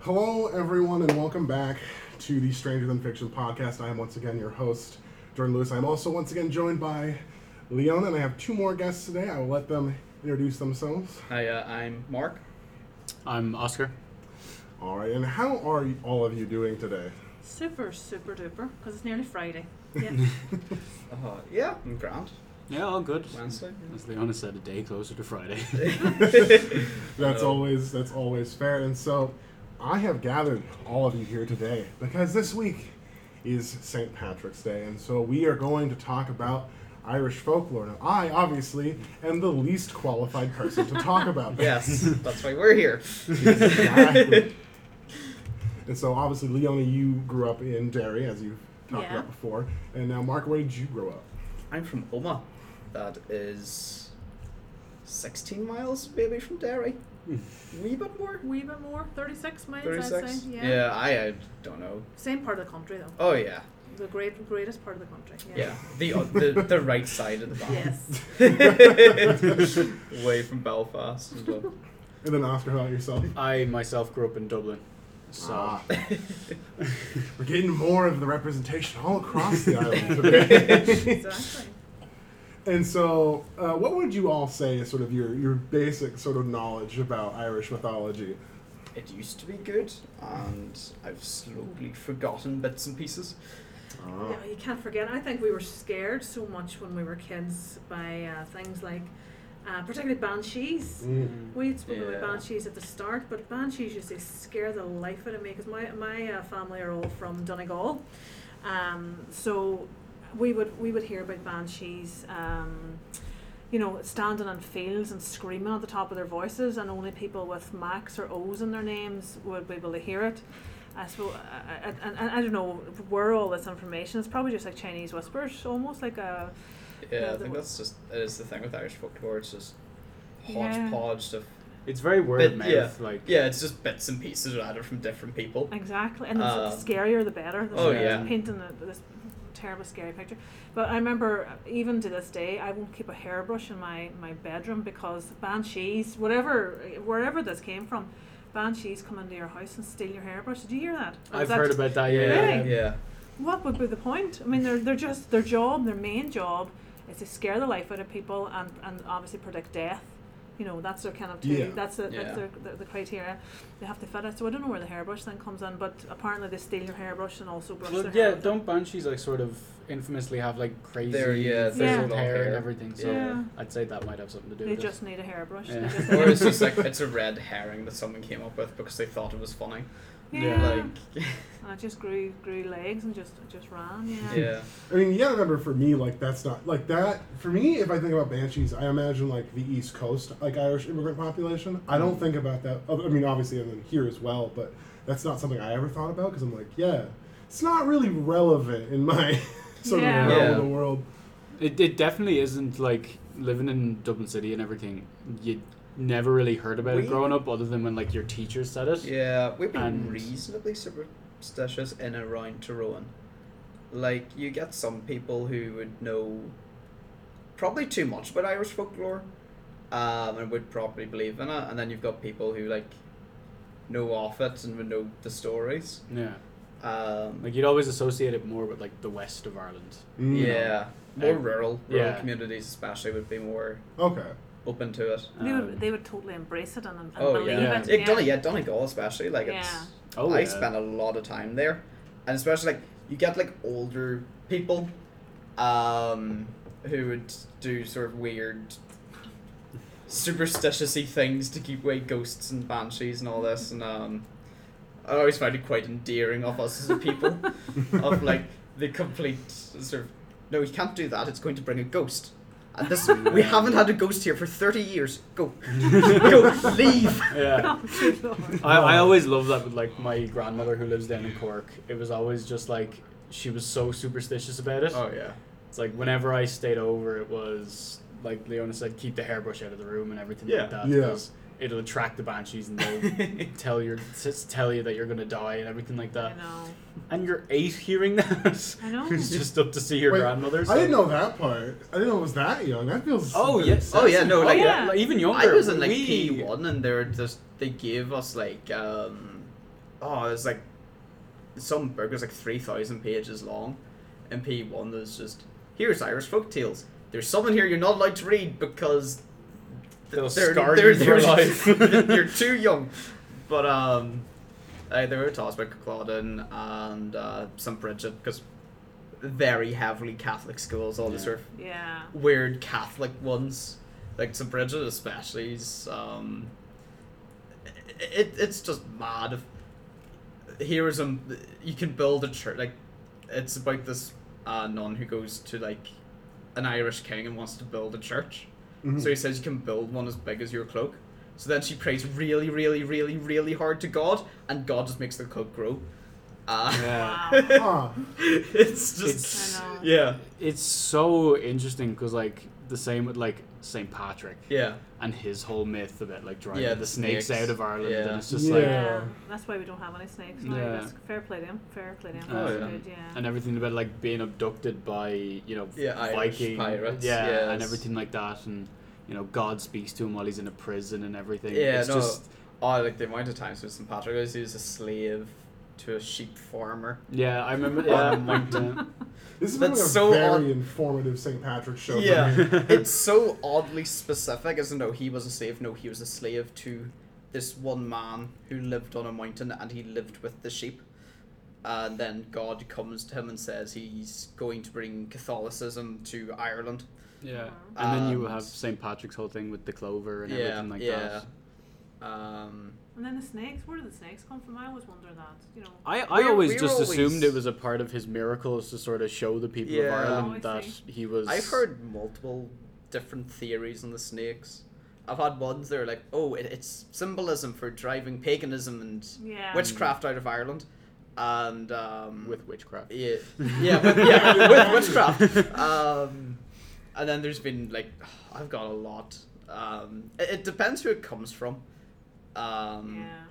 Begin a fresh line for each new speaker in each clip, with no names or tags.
Hello, everyone, and welcome back to the Stranger Than Fiction podcast. I am once again your host, Jordan Lewis. I'm also once again joined by Leona, and I have two more guests today. I will let them introduce themselves.
Hi, uh, I'm Mark.
I'm Oscar.
All right, and how are you- all of you doing today?
Super, super duper, because it's nearly Friday. Yeah.
Uh, yeah, I'm Grant.
Yeah, all good.
Wednesday, yeah.
As Leona said, a day closer to Friday.
That's
Oh.
always that's always fair. And so, I have gathered all of you here today because this week is St. Patrick's Day, and so we are going to talk about Irish folklore. Now, I obviously am the least qualified person to talk about that.
yes, that's why we're here.
Exactly. and so, obviously, Leona, you grew up in Derry, as you've talked
Yeah.
about before, and now, Mark, where did you grow up?
I'm from Oma. That is 16 miles maybe from Derry. wee bit more.
Wee bit more, 36 miles, I'd
36?
say. Yeah.
I, I don't know.
Same part of the country, though.
Oh, yeah.
The great, greatest part of the country.
Yeah.
Yeah.
The, uh, the the right side of the
Yes.
map. Away from Belfast as well.
And then, Oscar, how about yourself?
I myself grew up in Dublin. Uh, So
Ah. We're getting more of the representation all across the island today.
Exactly.
and so, uh, what would you all say is sort of your, your basic sort of knowledge about Irish mythology?
It used to be good, and I've slowly forgotten bits and pieces.
Ah.
Yeah, you can't forget. I think we were scared so much when we were kids by uh, things like, uh, particularly banshees.
Mm.
We had spoken
Yeah.
about banshees at the start, but banshees used to scare the life out of me because my, my uh, family are all from Donegal. Um, so we would we would hear about banshees, um, you know, standing on fields and screaming at the top of their voices, and only people with Macs or O's in their names would be able to hear it. I suppose, I, I, I, I- I don't know where all this information is. Probably just like Chinese whispers, almost like a.
Yeah,
Yeah,
I
the
think
wo-
that's just it is the thing with Irish folklore. It's just
Yeah.
hodgepodge of
it's very word
But,
of mouth. Like
yeah, it's just bits and pieces added from different people.
Exactly, and the, the
Um,
scarier the better. The
oh,
sort of
yeah.
painting the, this terrible, scary picture. But I remember, uh, even to this day, I won't keep a hairbrush in my, my bedroom because banshees, whatever, wherever this came from, banshees come into your house and steal your hairbrush. Did you hear that? Or
I've
was that
heard
just-
about that. Yeah,
yeah,
Ah, Really?
yeah.
yeah.
What would be the point? I mean, they're they're just their job, their main job, is to scare the life out of people and, and obviously predict death. You know, that's their kind of
Yeah.
two- that's the,
Yeah.
that's their, the, the criteria they have to fit it. So I don't know where the hairbrush thing comes in, but apparently they steal your hairbrush and also brush
Well,
their hair.
yeah.
with it.
Don't banshees like sort of infamously have like crazy
They're- yeah,
they're
frizzled
long
hair,
hair.
and everything. So
Yeah.
I'd say that might have something to do
They
with it.
just need a hairbrush. They
Yeah.
just
or
need-
it's just like it's a red herring that someone came up with because they thought it was funny.
yeah.
Like
And I just grew grew legs and just just ran. Yeah.
yeah,
I mean, you gotta remember for me, like, that's not, like, that, for me, if I think about banshees, I imagine, like, the East Coast, like, Irish immigrant population. I don't think about that. I mean, obviously, and then here as well, but that's not something I ever thought about because I'm like, yeah, it's not really relevant in my sort
Yeah.
of realm
Yeah.
of the world.
It, it definitely isn't like living in Dublin City and everything. You never really heard about
We-
it growing up, other than when like your teacher said it.
yeah. We've been
And-
reasonably superstitious in and around Tyrone. Like you get some people who would know probably too much about Irish folklore, um, and would probably believe in it, and then you've got people who like know off it and would know the stories.
Yeah.
Um,
Like you'd always associate it more with like the west of Ireland.
Mm.
Yeah, more
Um,
rural, rural
yeah.
communities especially would be more
Okay.
open to it.
They
Um,
would they would totally embrace it and, and
Oh
believe
yeah,
it.
yeah. Donny, yeah, Donegal especially. Like it's,
Oh,
I
yeah.
spent a lot of time there, and especially like you get like older people, um, who would do sort of weird, superstitiousy things to keep away ghosts and banshees and all this, and um, I always find it quite endearing of us as a people. of like the complete sort of no, you can't do that. It's going to bring a ghost. And this we haven't had a ghost here for thirty years. Go, go, leave.
Yeah.
Oh, good Lord.
I, I always love that with like my grandmother who lives down in Cork. It was always just like she was so superstitious about it.
Oh yeah,
It's like whenever I stayed over, it was like Leona said, keep the hairbrush out of the room and everything
Yeah.
like that.
Yeah.
'cause It'll attract the banshees and they'll tell your s- tell you that you're gonna die and everything like
I
that.
know.
And you're eight hearing that.
I know.
Who's just up to see your
Wait,
grandmother?
I
so-
didn't know that part. I didn't know it was that young. That feels.
Oh yes.
Oh, yeah, no,
Oh,
like-
yeah, like, even younger.
I was in like
we-
P one, and they were just they gave us like um oh, there's like some book is like three thousand pages long, and P one there's just here's Irish folk tales. There's some in here you're not allowed to read because th-
They'll
they're
scar
they're,
you for life.
you're too young. But um, uh, there were talks about Culloden and uh, St Bridget because very heavily Catholic schools, all the
Yeah.
sort of
Yeah.
weird Catholic ones, like St. Bridget especially. is, Um, it, it's just mad. If, here is a you can build a church like it's about this uh, nun who goes to like an Irish king and wants to build a church.
Mhm.
Mm-hmm.
So he says you can build one as big as your cloak. So then she prays really, really, really, really hard to God, and God just makes the cloak grow. Uh,
Yeah.
Ah,
Wow.
it's just
It's-
I know.
yeah,
It's so interesting because like the same with like Saint Patrick
yeah.
and his whole myth about like driving
Yeah,
the
the
snakes,
snakes.
out of Ireland,
Yeah.
and it's just
Yeah.
like
Yeah, that's why we don't have any snakes. now.
Yeah.
That's fair play to him. Fair play to him.
Oh,
That's
yeah.
good, yeah.
and everything about like being abducted by you know
Yeah, Irish
Viking
pirates,
yeah,
yes.
and everything like that, and you know God speaks to him while he's in a prison and everything.
Yeah,
it's
no.
just
Oh, like the amount of times with St. Patrick is he was a slave to a sheep farmer.
yeah, I remember.
Yeah.
Yeah, uh, Mike, yeah.
this has been
That's
like a
so
very
odd.
informative St. Patrick's show. for
Yeah.
me.
it's so oddly specific, isn't it? No, he was a slave. No, he was a slave to this one man who lived on a mountain and he lived with the sheep. And then God comes to him and says he's going to bring Catholicism to Ireland.
yeah. And then you
Um,
have Saint Patrick's whole thing with the clover and
yeah,
everything like
yeah.
that.
Um,
And then the snakes. Where did the snakes come from? I always wondered that. You know.
I, I
We're-
always
we're
just assumed
always-
it was a part of his miracles to sort of show the people
Yeah.
of
Oh, I
Ireland that
see.
he was.
I've heard multiple different theories on the snakes. I've had ones that are like, oh, it, it's symbolism for driving paganism and
Yeah.
witchcraft out of Ireland, and um,
with witchcraft.
yeah, yeah, with, yeah, with witchcraft. Um, and then there's been like, I've got a lot. Um, it, it depends who it comes from. Um,
Yeah.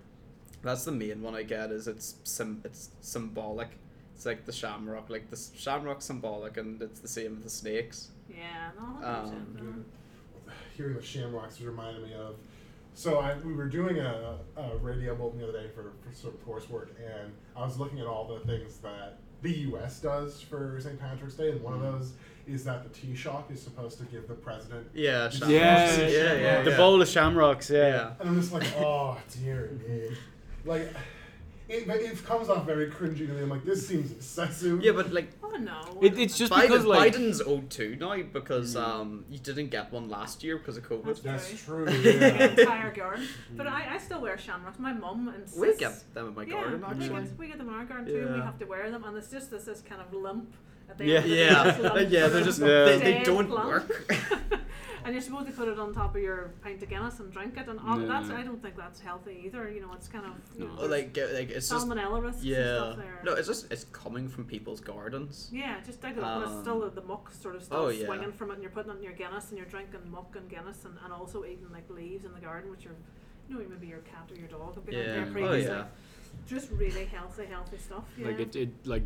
that's the main one I get is it's sim- it's symbolic. It's like the shamrock, like the s- shamrock's symbolic, and it's the same with the snakes.
Yeah. No. 100%,
Um,
Mm-hmm. hearing the shamrocks was reminding me of. So I, we were doing a, a radio bulletin the other day for, for sort of coursework, and I was looking at all the things that the U.S. does for St. Patrick's Day, and one of those is that the tea shock is supposed to give the president.
Yeah,
Yeah,
shamrocks.
Yeah,
yeah, yeah, yeah.
the bowl of shamrocks. Yeah,
Yeah.
And I'm just like, oh dear me, like it, but it comes off very cringy to me. I'm like, this seems excessive.
Yeah, but like
Oh no.
It, it's just
Biden,
because like Hmm.
Biden's owed two now because um you didn't get one last year because of COVID.
that's true.
Yeah.
Yeah.
entire garden. But I, I still wear shamrocks. My mum insists.
We get them in my
yeah,
garden
we
actually.
get we get them in our garden too. and We
Yeah.
have to wear them, and it's just this this kind of lump. At the
Yeah.
end of the day,
Yeah,
this
yeah,
lump.
they're just
Yeah.
they, they
Dead
don't
lump.
work.
and you're supposed to put it on top of your pint of Guinness and drink it, and all
No.
that's I don't think that's healthy either. You know, it's kind of you
No.
know,
Or, like uh, like it's just
salmonella risks
yeah.
and stuff there.
No, it's just it's coming from people's gardens.
yeah, just dig it up, and it's still the, the muck sort of still
Um, oh, yeah.
swinging from it, and you're putting it in your Guinness, and you're drinking muck and Guinness, and, and also eating like leaves in the garden, which are, you know, maybe your cat or your dog have been in
Yeah.
there
Oh
previously.
yeah.
Just really healthy, healthy stuff. Yeah.
like it, it like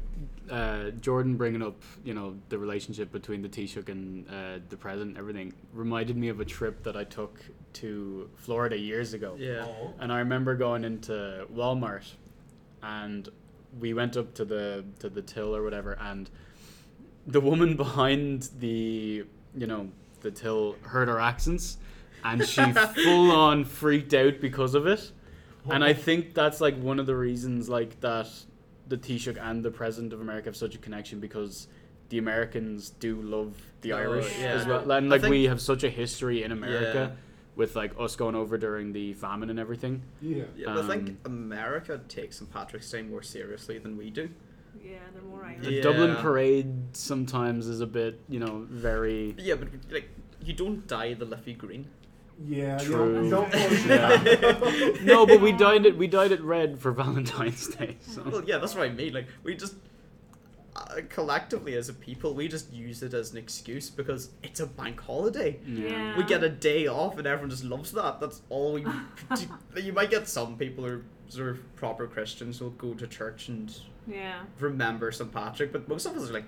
uh, Jordan bringing up you know the relationship between the Taoiseach and uh, the president and everything reminded me of a trip that I took to Florida years ago.
Yeah.
Oh.
And I remember going into Walmart, and we went up to the to the till or whatever, and the woman behind the you know the till heard our accents, and she full on freaked out because of it. And I think that's like one of the reasons like that the Taoiseach and the President of America have such a connection because the Americans do love the
Oh,
Irish
yeah.
as well.
I
And like we
think-
have such a history in America with like us going over during the famine and everything.
Yeah.
Yeah, but I think
Um,
America takes St. Patrick's Day more seriously than we do.
yeah, they're more Irish.
The
Yeah.
Dublin parade sometimes is a bit, you know, very
Yeah, but like you don't dye the leafy green.
Yeah. you
True.
don't- don't force
Yeah.
it.
No, but we dyed it we dyed it red for Valentine's Day. So
Well, yeah, that's what I mean. Like, we just uh, collectively as a people, we just use it as an excuse because it's a bank holiday.
Yeah.
We get a day off, and everyone just loves that. That's all we. do. You might get some people who are sort of proper Christians who'll go to church and
Yeah.
remember St. Patrick, but most of us are like,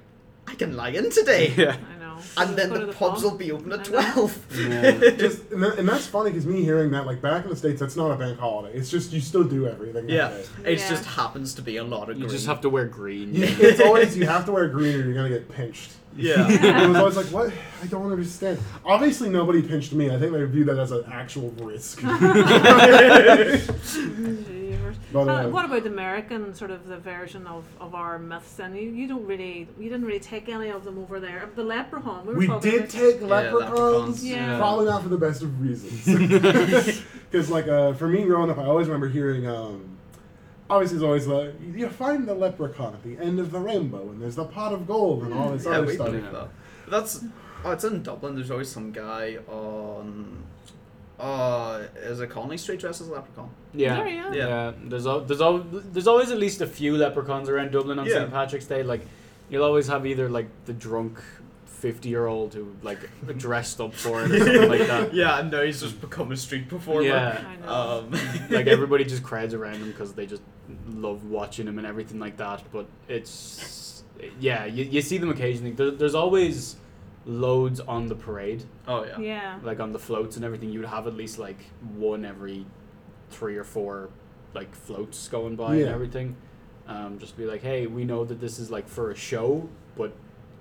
I fucking lying today.
Yeah.
I know.
And then
Go
the,
to
pubs
pub.
will be open at
I know.
12.
Yeah.
Just and, that, and that's funny because me hearing that like back in the states, that's not a bank holiday. It's just you still do everything. that
yeah,
day.
it
Yeah.
just happens to be a lot of
You
green.
just have to wear green.
You- it's always you have to wear green or you're gonna get pinched.
Yeah.
And it was always like, what? I don't understand. Obviously, nobody pinched me. I think they viewed that as an actual risk.
Jeevers.
But,
Uh,
uh,
what about the American sort of the version of, of our myths? And you, you don't really you didn't really take any of them over there. The leprechaun. We, were
we
talking
did
about-
take
Yeah,
leprechauns.
leprechauns.
Yeah.
Probably not for the best of reasons. Because, like, uh, for me growing up, I always remember hearing, um, obviously, it's always like, you find the leprechaun at the end of the rainbow, and there's the pot of gold, and all this
yeah,
other
we
stuff.
do that. That's. Oh, it's in Dublin. There's always some guy on. Uh, is it Conley Street dressed as a leprechaun?
Yeah.
There you
yeah,
are.
There's al- there's al- there's always at least a few leprechauns around Dublin on
Yeah.
St Patrick's Day. Like, you'll always have either like the drunk fifty year old who like dressed up for it or something like that.
Yeah, and now he's just become a street performer.
Yeah.
I know.
Um,
Like everybody just crowds around him because they just love watching him and everything like that. But it's yeah, you, you see them occasionally. There, there's always loads on the parade,
Oh yeah.
yeah.
like on the floats and everything. You'd have at least like one every three or four like floats going by and
Yeah.
everything. Um, just be like, hey, we know that this is like for a show, but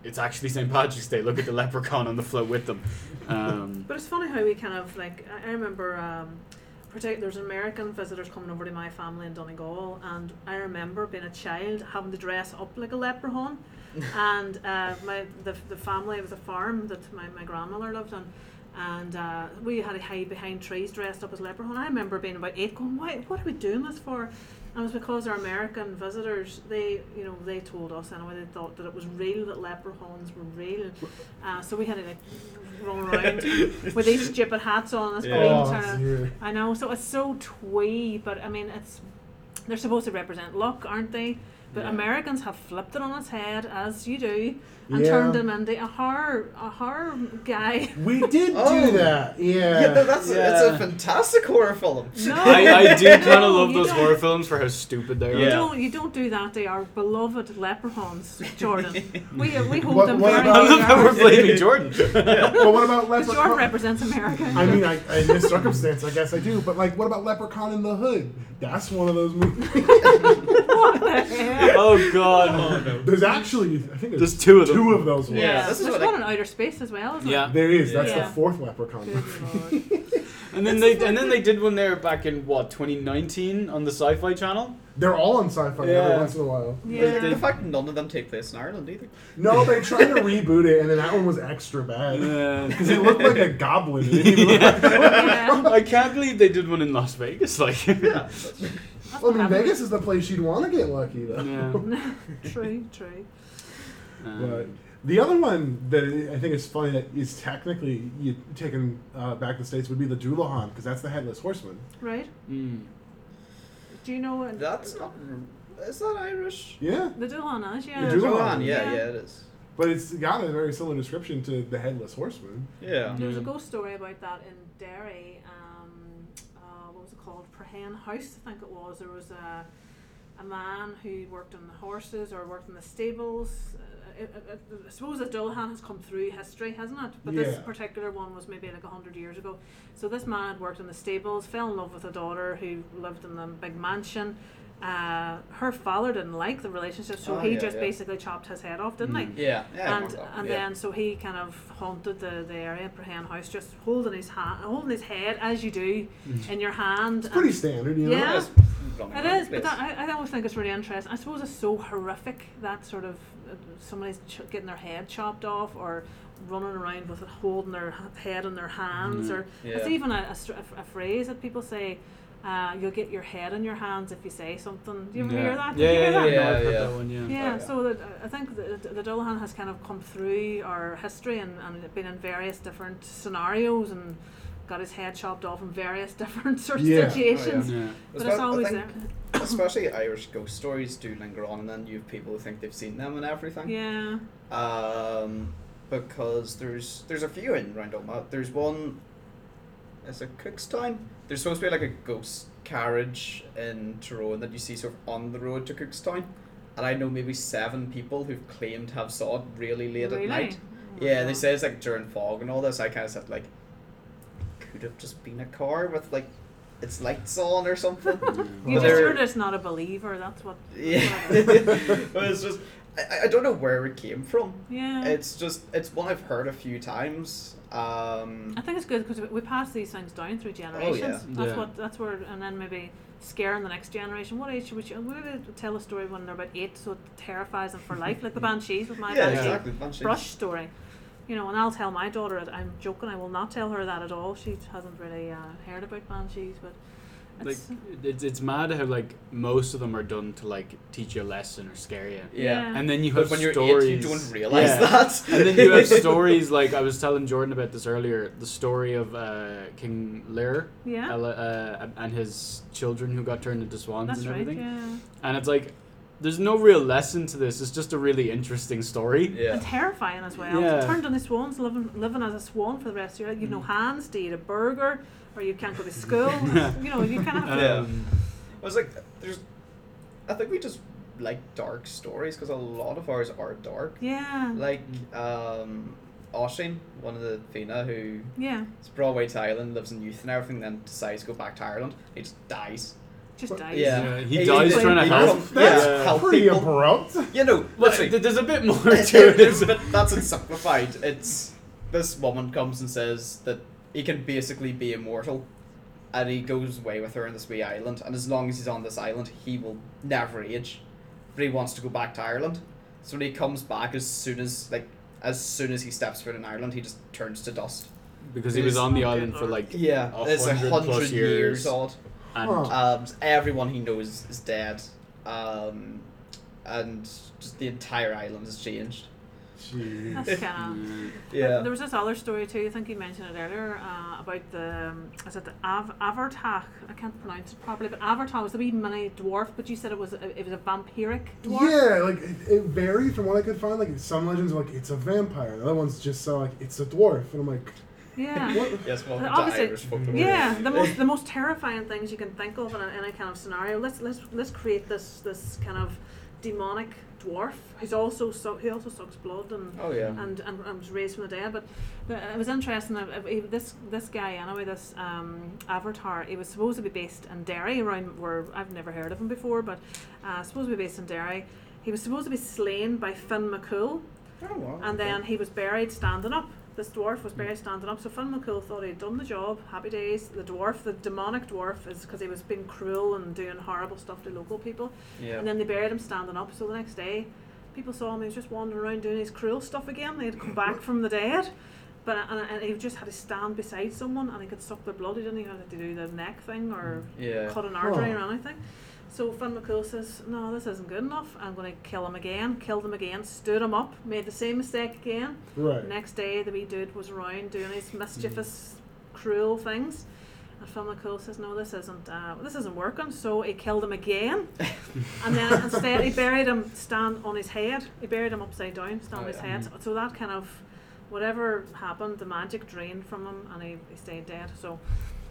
it's actually St. Patrick's Day. Look at the leprechaun on the float with them. Um,
But it's funny how we kind of like. I- I remember, um, partic- there's American visitors coming over to my family in Donegal, and I remember being a child having to dress up like a leprechaun. and uh, my the, the family it was a farm that my, my grandmother lived on, and uh, we had to hide behind trees dressed up as leprechaun. I remember being about eight, going, "Why? What are we doing this for?" And it was because our American visitors, they, you know, they told us anyway, they thought that it was real, that leprechauns were real. Uh, so we had to like run around with these stupid hats on as
Yeah.
green
Oh,
turn on.
dear.
I know, so it's so twee, but I mean, it's they're supposed to represent luck, aren't they? But
Yeah.
Americans have flipped it on its head, as you do, and
Yeah.
turned him into a horror, a horror guy.
We did
Oh.
do that. Yeah.
Yeah, no, that's A, that's
Yeah.
a fantastic horror film.
No,
I, I do kind
No,
of love
you
those
don't.
horror films for how stupid they are.
You
Yeah.
don't, you don't do that. They are beloved leprechauns, Jordan. we we hold
What-
them
what
very
about-
I love how we're
dear.
blaming Jordan.
but what about
Because
leprechaun?
Jordan represents America.
I mean, I, I, in this circumstance, I guess I do. But like, what about Leprechaun in the Hood? That's one of those movies.
what the hell?
Oh god.
Oh no.
There's actually, I think there's
There's two of them.
two of those ones.
Yeah,
Yeah,
this is
there's
what
one
I-
in outer space as well, isn't
Yeah.
There is. That's
Yeah.
the fourth Leprechaun.
it? Good lord.
And then they and then they did one there back in what 2019 on the Sci-Fi Channel.
They're all on sci-fi every
Yeah.
once in a while.
Yeah.
The fact none of them take place in Ireland either.
No, they tried to reboot it, and then that one was extra bad because it looked like a goblin. It didn't even look like
yeah.
I can't believe they did one in Las Vegas. Like,
Yeah.
I mean, Vegas is the place you'd want to get lucky though.
Yeah.
true, true.
But
Um,
Um, the other one that I think is funny that is technically you taken uh, back to the states would be the Dulahan because that's the headless horseman.
Right?
Mm.
Do you know what
That's not. Is that Irish?
Yeah,
the Dulan is? Yeah.
The Doolan.
Joanne, yeah,
Yeah.
yeah, it is.
but it's got a very similar description to the headless horseman.
Yeah.
There's a
Mm.
ghost story about that in Derry. Um, uh, what was it called? Prehen House, I think it was. There was a a man who worked on the horses or worked in the stables. Uh, it, it, it- I suppose the Dullahan has come through history, hasn't it? But this
Yeah.
particular one was maybe like a hundred years ago. So this man had worked in the stables, fell in love with a daughter who lived in the big mansion. Uh, her father didn't like the relationship, so
Oh,
he
yeah,
just
yeah.
basically chopped his head off, didn't he?
Mm.
Yeah. yeah
and
Mark
and
yeah.
then so he kind of haunted the, the area, Prehen House, just holding his hand, holding his head as you do in your hand.
It's pretty
and-
standard, you know.
Uh, Yeah.
Yes.
it is, but that, I, I always think it's really interesting. I suppose it's so horrific that sort of uh, somebody's ch- getting their head chopped off or running around with it holding their h- head in their hands,
Mm.
or it's
Yeah.
even a, a, str- a f- a phrase that people say. Uh, you'll get your head in your hands if you say something. Do you ever hear that? Did
Yeah,
you
yeah,
hear
yeah,
that?
yeah, no, I've heard
Yeah,
that one, yeah.
Yeah,
yeah.
so that, I think the, the Dullahan has kind of come through our history and, and been in various different scenarios and got his head chopped off in various different sort of
Yeah. Oh, yeah.
situations.
Yeah.
But it's always there.
especially Irish ghost stories do linger on, and then you have people who think they've seen them and everything.
Yeah.
Um, because there's there's a few in round Omagh. There's one. Is it Cookstown? There's supposed to be like a ghost carriage in Tyrone that you see sort of on the road to Cookstown, and I know maybe seven people who've claimed to have saw it really late
really?
at night.
Oh,
Yeah, they
wow.
say it's like during fog and all this. I kind of said like, could have just been a car with like its lights on or something.
You just
They're-
are just not a believer. That's what. that's
yeah,
what it is.
But it's just I- I, I don't know where it came from.
yeah.
It's just it's one I've heard a few times. Um,
I think it's good because we pass these things down
Oh,
through generations. That's
Yeah.
what. That's where, and then maybe scaring the next generation. What age should we? ch- We're going to tell a story when they're about eight, so it terrifies them for life, like the banshees with my
yeah,
banshee
exactly. Banshees.
brush story. You know, and I'll tell my daughter. it- I'm joking. I will not tell her that at all. She hasn't really uh, heard about banshees, but
like
it's,
it's, it's mad how like most of them are done to like teach you a lesson or scare you.
Yeah.
And then you
But
have
when you're
stories.
eight, you don't realize
Yeah.
that.
and then you have stories like I was telling Jordan about this earlier. The story of uh, King Lear
yeah,
Ella- uh, and his children who got turned into swans
that's
and
right.
everything.
Yeah.
And it's like there's no real lesson to this. It's just a really interesting story.
Yeah.
And terrifying as well.
Yeah.
Turned on the swans, living living as a swan for the rest of your life. You have no hands to eat a burger, or you can't go to school. It's- you know, you kind of have to.
Yeah.
Um,
I was like, there's. I think we just like dark stories because a lot of ours are dark.
Yeah.
Like, um, Oshin, one of the Fina who
Yeah.
is Broadway to Ireland, lives in youth and everything, then decides to go back to Ireland. He just dies.
Just
But-
dies.
Yeah.
Yeah, he
He-
dies
he-
trying to
he
help.
comes-
That's
Yeah. Help
pretty
people.
abrupt.
You know,
Well,
literally.
th- there's a bit more to it.
There's
isn't
a bit- that's it simplified. It's this woman comes and says that he can basically be immortal, and he goes away with her on this wee island. And as long as he's on this island, he will never age. But he wants to go back to Ireland, so when he comes back, as soon as like as soon as he steps foot in Ireland, he just turns to dust.
because he
It
was
is-
on the island for like
Yeah,
a
it's a
hundred
hundred
plus
years
years.
old.
and
Huh.
Um, everyone he knows is dead, um, and just the entire island has changed.
Jeez.
That's kind of.
Mm,
There was this other story too. I think you mentioned it earlier uh, about the um, is it the Av- Avartach? I can't pronounce it properly, but Avartach was the wee mini dwarf. But you said it was a, it was a vampiric dwarf.
Yeah, like it, it varied from what I could find. Like some legends are like it's a vampire, the other ones just sound like it's a dwarf, and I'm like,
Yeah.
what?
Yes, well,
Obviously-
Irish folk don't
Yeah,
really-
the most the most terrifying things you can think of in a, in a kind of scenario. Let's let's let's create this this kind of demonic dwarf who's also so he also sucks blood and
Oh yeah.
and, and, and was raised from the dead. But the, it was interesting. uh, he- This this guy anyway, this um, avatar, he was supposed to be based in Derry, around where I've never heard of him before, but uh, supposed to be based in Derry. He was supposed to be slain by Finn McCool,
Oh, wow,
and then
okay.
he was buried standing up. This dwarf was buried standing up. So Finn McCool thought he'd done the job. Happy days. The dwarf, the demonic dwarf, is because he was being cruel and doing horrible stuff to local people.
Yeah.
And then they buried him standing up. So the next day, people saw him. He was just wandering around doing his cruel stuff again. They had come back from the dead. But uh, and, and he just had to stand beside someone and he could suck their blood. He didn't even have to do the neck thing or
yeah.
cut an artery
Huh.
or anything. So Finn McCool says, No, this isn't good enough. I'm going to kill him again. Killed him again, stood him up, made the same mistake again.
Right.
Next day, the wee dude was around doing his
Mm.
mischievous, cruel things. And Phil McCool says, "No, this isn't. Uh, this isn't working." So he killed him again, and then instead he buried him stand on his head. He buried him upside down, stand on
Oh,
his
yeah.
head.
Mhm.
So that kind of, whatever happened, the magic drained from him, and he, he stayed dead. So,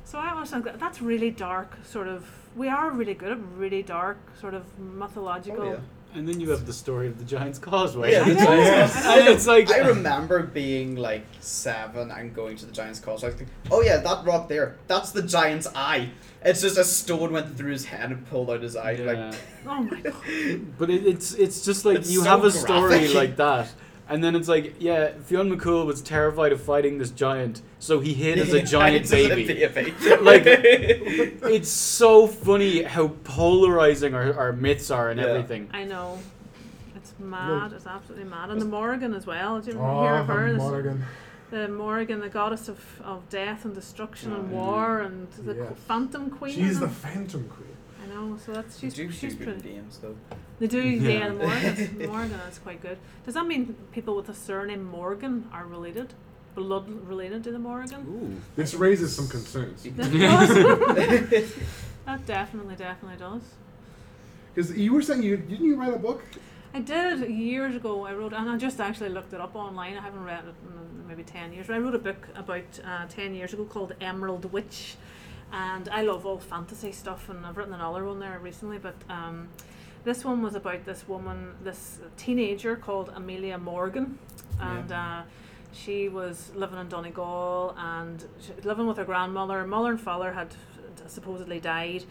so I always think that that's really dark. Sort of, we are really good at really dark, sort of mythological.
Oh, yeah.
and then you have the story of the Giant's Causeway.
Oh, Yeah, the
I know.
Giant's
I
And
know.
it's like
I remember being like seven and going to the Giants' Causeway. I think, oh yeah, that rock there, that's the Giant's eye. It's just a stone went through his head and pulled out his eye.
Yeah.
Like,
Oh my god.
But it, it's it's just like
It's
you
so
have a story
graphic.
like that, and then it's like yeah, Fionn McCool was terrified of fighting this giant, so he hid as a giant
It's just a
baby.
baby.
Like- It's so funny how polarizing our, our myths are and
Yeah.
everything.
I know. It's mad. It's absolutely mad. And the Morgan as well. Do you
Oh,
hear of her? This-
Morgan.
The Morgan, the goddess of, of death and destruction and
Mm.
war and the
Oh, Yes.
phantom queen.
She's
I
the
know.
Phantom Queen.
I know. So that's
You
she's
do
she's
shoot
pretty.
good names though.
They do, yeah.
Yeah.
the Morgan, the Morgan is quite good. Does that mean people with the surname Morgan are related, blood related to the Morgan?
Ooh.
This raises some concerns
That does. that definitely, definitely does.
because you were saying you didn't you write a book?
I did years ago. I wrote, and I just actually looked it up online. I haven't read it in maybe ten years. But I wrote a book about uh, ten years ago called Emerald Witch, and I love all fantasy stuff. And I've written another one there recently, but um, This one was about this woman, this teenager called Amelia Morgan, and uh, she was living in Donegal and she, was living with her grandmother. Mother and father had supposedly died,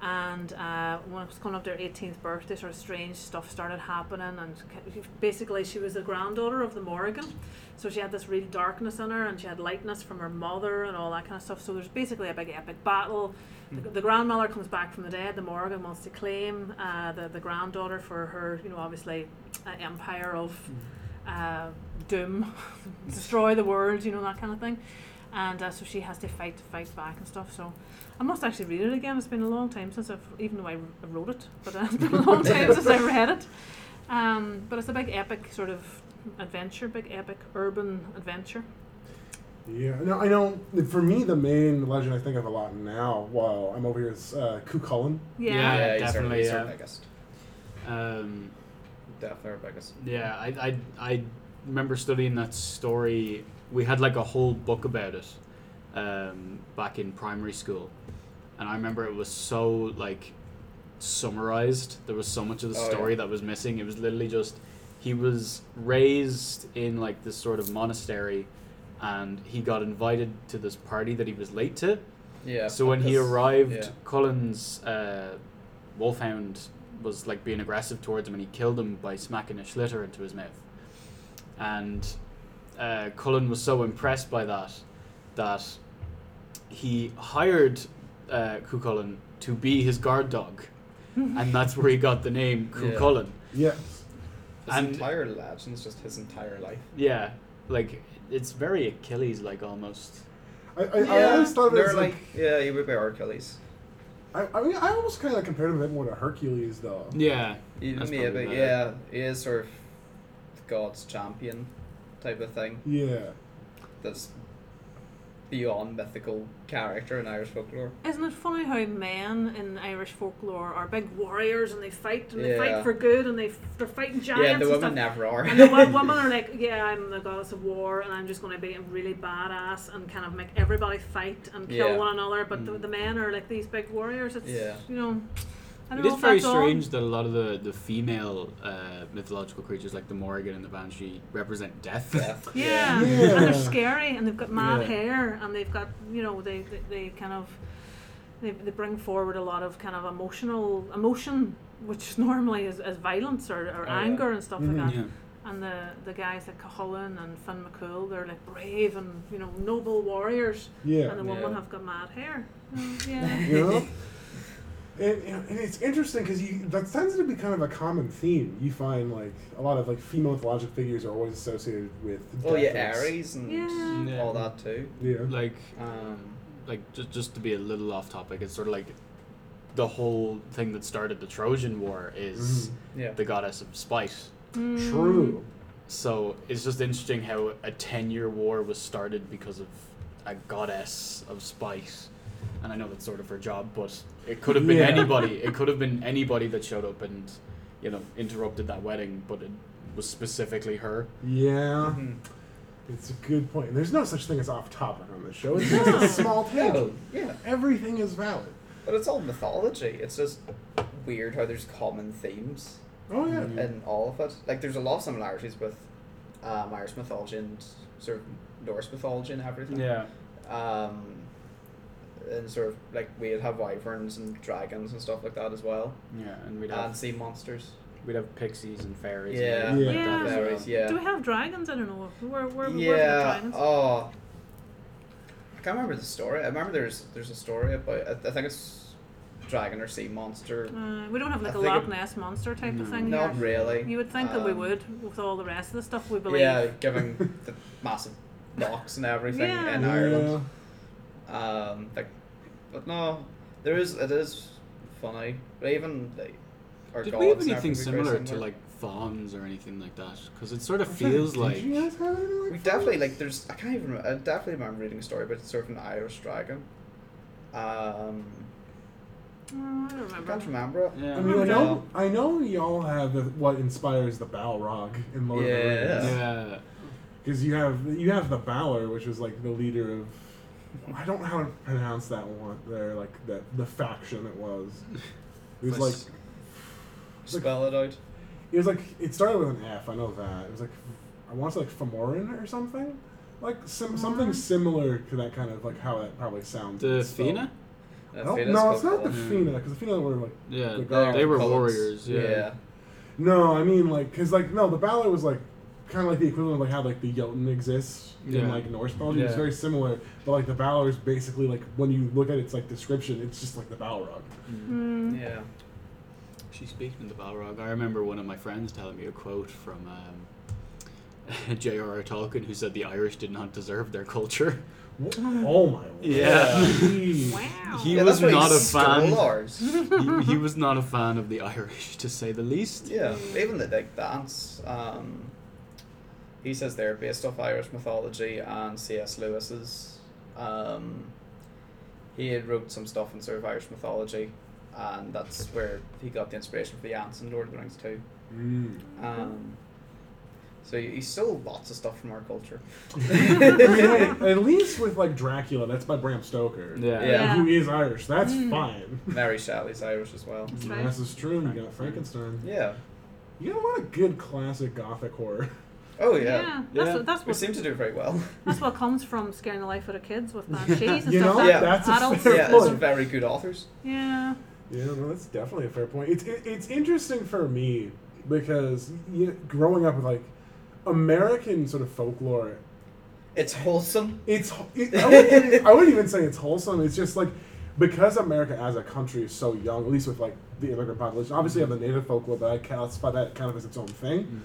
and uh, when it was coming up to her eighteenth birthday, sort of strange stuff started happening, and c- basically she was the granddaughter of the Morgan, so she had this real darkness in her, and she had lightness from her mother and all that kind of stuff. So there's basically a big epic battle. The, the grandmother comes back from the dead. The Morgan wants to claim uh, the the granddaughter for her, you know, obviously, uh, empire of uh, doom, destroy the world, you know, that kind of thing. And uh, so she has to fight to fight back and stuff. So I must actually read it again. It's been a long time since I've, even though I r- I wrote it, but uh, it's been a long time since I read it. Um, but it's a big epic sort of adventure, big epic urban adventure.
Yeah, no, I know. For me, the main legend I think of a lot now while I'm over here is uh, Cú Chulainn.
Yeah.
Yeah.
he's our-
definitely,
he's our
yeah.
biggest.
Um,
Definitely our biggest.
yeah, I, I, I remember studying that story. We had like a whole book about it um, back in primary school, and I remember it was so like summarized. There was so much of the
Oh, yeah.
story that was missing. It was literally just he was raised in like this sort of monastery, and he got invited to this party that he was late to.
Yeah.
So when he
because-
arrived,
yeah.
Cullen's uh, wolfhound was like being aggressive towards him, and he killed him by smacking a schlitter into his mouth. And uh, Cullen was so impressed by that that he hired uh, Cú Chulainn to be his guard dog, and that's where he got the name Cú
Yeah.
Chulainn.
Yes.
His
and-
entire legend is just his entire life.
Yeah, like it's very Achilles like almost.
I, I, I always thought of it
They're
as like,
yeah, he would be our Achilles.
I, I mean, I almost kind of like compared him a bit more to Hercules, though.
Yeah,
He,
That's
maybe,
probably
yeah,
better.
he is sort of God's champion type of thing.
Yeah.
That's beyond mythical character in Irish folklore.
Isn't it funny how men in Irish folklore are big warriors and they fight and they fight
Yeah.
for good and they f- they're fighting giants?
yeah, and the
and
women
stuff.
never are.
And the wo- women are like, yeah, I'm the goddess of war, and I'm just going to be really badass and kind of make everybody fight and kill
Yeah.
one another. But the,
Mm.
the men are like these big warriors. It's
Yeah.
you know, I don't
It is
know if
very
that's all.
strange that a lot of the, the female uh, mythological creatures like the Morrigan and the Banshee represent death.
Death.
Yeah.
Yeah.
and they're scary, and they've got mad
Yeah.
hair, and they've got you know they they, they kind of they, they bring forward a lot of kind of emotional emotion, which normally is, is violence or,
Oh,
or
yeah.
anger and stuff
Mhm.
like that.
Mm-hmm. yeah.
And the, the guys like Cahullan and Finn McCool, they're like brave and you know noble warriors.
Yeah.
and the woman
Yeah.
have got mad hair. Mm, yeah.
you know? And, and it's interesting because that tends to be kind of a common theme. You find like a lot of like female mythological figures are always associated with.
Oh yeah,
death and-
Ares and
Yeah.
Yeah.
all that too.
Yeah.
Like
Um,
like just just to be a little off topic, it's sort of like the whole thing that started the Trojan War is
yeah.
the goddess of spite.
Mm.
True.
So it's just interesting how a ten year war was started because of a goddess of spite. And I know that's sort of her job, but it could have been
Yeah.
anybody. It could have been anybody that showed up and, you know, interrupted that wedding, but it was specifically her.
Yeah.
Mhm.
It's a good point. And there's no such thing as off topic on this show. It's just a small thing.
No, yeah,
Everything is valid.
but it's all mythology. It's just weird how there's common themes
Oh yeah.
Mhm.
in all of it. Like there's a lot of similarities with um, Irish mythology and sort of Norse mythology and everything. Um, and sort of like we'd have wyverns and dragons and stuff like that as well,
Yeah, and we'd
and
have
sea monsters.
we'd have pixies and fairies.
Yeah,
and
Yeah.
everything
Um,
like that as well.
Fairies, yeah.
Do we have dragons? I don't know. Where where where
yeah.
have we got dragons?
Oh, I can't remember the story. I remember there's there's a story about I, I think it's dragon or sea monster.
Uh, we don't have like
I
a
think
Loch
it-
Ness monster type
No.
of thing
Not
here.
really.
You would think that we
Um,
would with all the rest of the stuff we believe. Oh,
Yeah, giving the massive knocks and everything
Yeah.
in Ireland. Um, like, but no, there is it is funny. But even like, our
Did
gods
we have
and
anything
everything would be very
similar to
similar.
like fawns or anything like that? Because it sort of
I'm trying to-
feels
did
like
you guys have anything like
We
that?
definitely like there's I can't even I definitely remember reading a story about sort of an Irish dragon. Um,
Oh, I don't
I
remember.
can't remember it.
I
yeah,
mean, I
Yeah.
know, I know, y'all have the, what inspires the Balrog in Lord of the
Yeah.
Rings.
yeah.
Because you have you have the Balor, which is like the leader of. I don't know how to pronounce that one there, like the the faction it was. It was like
Spell it out.
It was like it started with an F. I know that. It was like I want to say like Femorin or something, like sim- something
Mhm.
similar to that kind of like how that probably sounds.
The
It's spelled.
Fina?
I
That
don't-
Venus
No, it's
cult
not the
call.
Mm.
Fina because the Fina were like
Yeah,
Good
they,
God.
they were
cults.
warriors. Yeah.
yeah.
no. I mean like because like no, the Balor was like kind of like the equivalent of like how like the Jotun exists
Yeah.
in like Norse mythology. It's
Yeah.
very similar, but like the Balor is basically like when you look at its like description, it's just like the Balrog.
Mm.
Yeah.
She speaks in the Balrog. I remember one of my friends telling me a quote from um, J.R.R. Tolkien, who said the Irish did not deserve their culture.
Wh- Oh my.
Yeah.
Jeez.
Wow.
He
Yeah,
was
that's why
not a
stole
fan.
ours.
he, he was not a fan of the Irish, to say the least.
yeah, even the like dance. Um, he says they're based off Irish mythology and C.S. Lewis's. Um, he had wrote some stuff in sort of Irish mythology, and that's where he got the inspiration for the ants in Lord of the Rings too.
Mm.
Um, so he he stole lots of stuff from our culture.
I mean, like, at least with like Dracula, that's by Bram Stoker.
Yeah.
Yeah.
Who is Irish? Hmm. That's
Mm.
fine.
Mary Shelley's Irish as well.
That's
Yeah,
right.
This is true. You got Frankenstein.
Yeah.
You got a lot of good classic gothic horror.
Oh
Yeah.
yeah.
That's,
Yeah.
What, that's,
We
what,
seem to do very well.
that's what comes from scaring the life out of kids with banshees and
You
stuff
know,
that
that's a
adults
fair
yeah,
point.
there's some very good authors.
Yeah.
Yeah, no, that's definitely a fair point. It's it, it's interesting for me because you know, growing up with like American sort of folklore,
It's wholesome.
it's it, I, wouldn't even, I wouldn't even say it's wholesome. It's just like because America as a country is so young, at least with like the immigrant population. Obviously, you have the native folklore, but I classify that kind of as its own thing.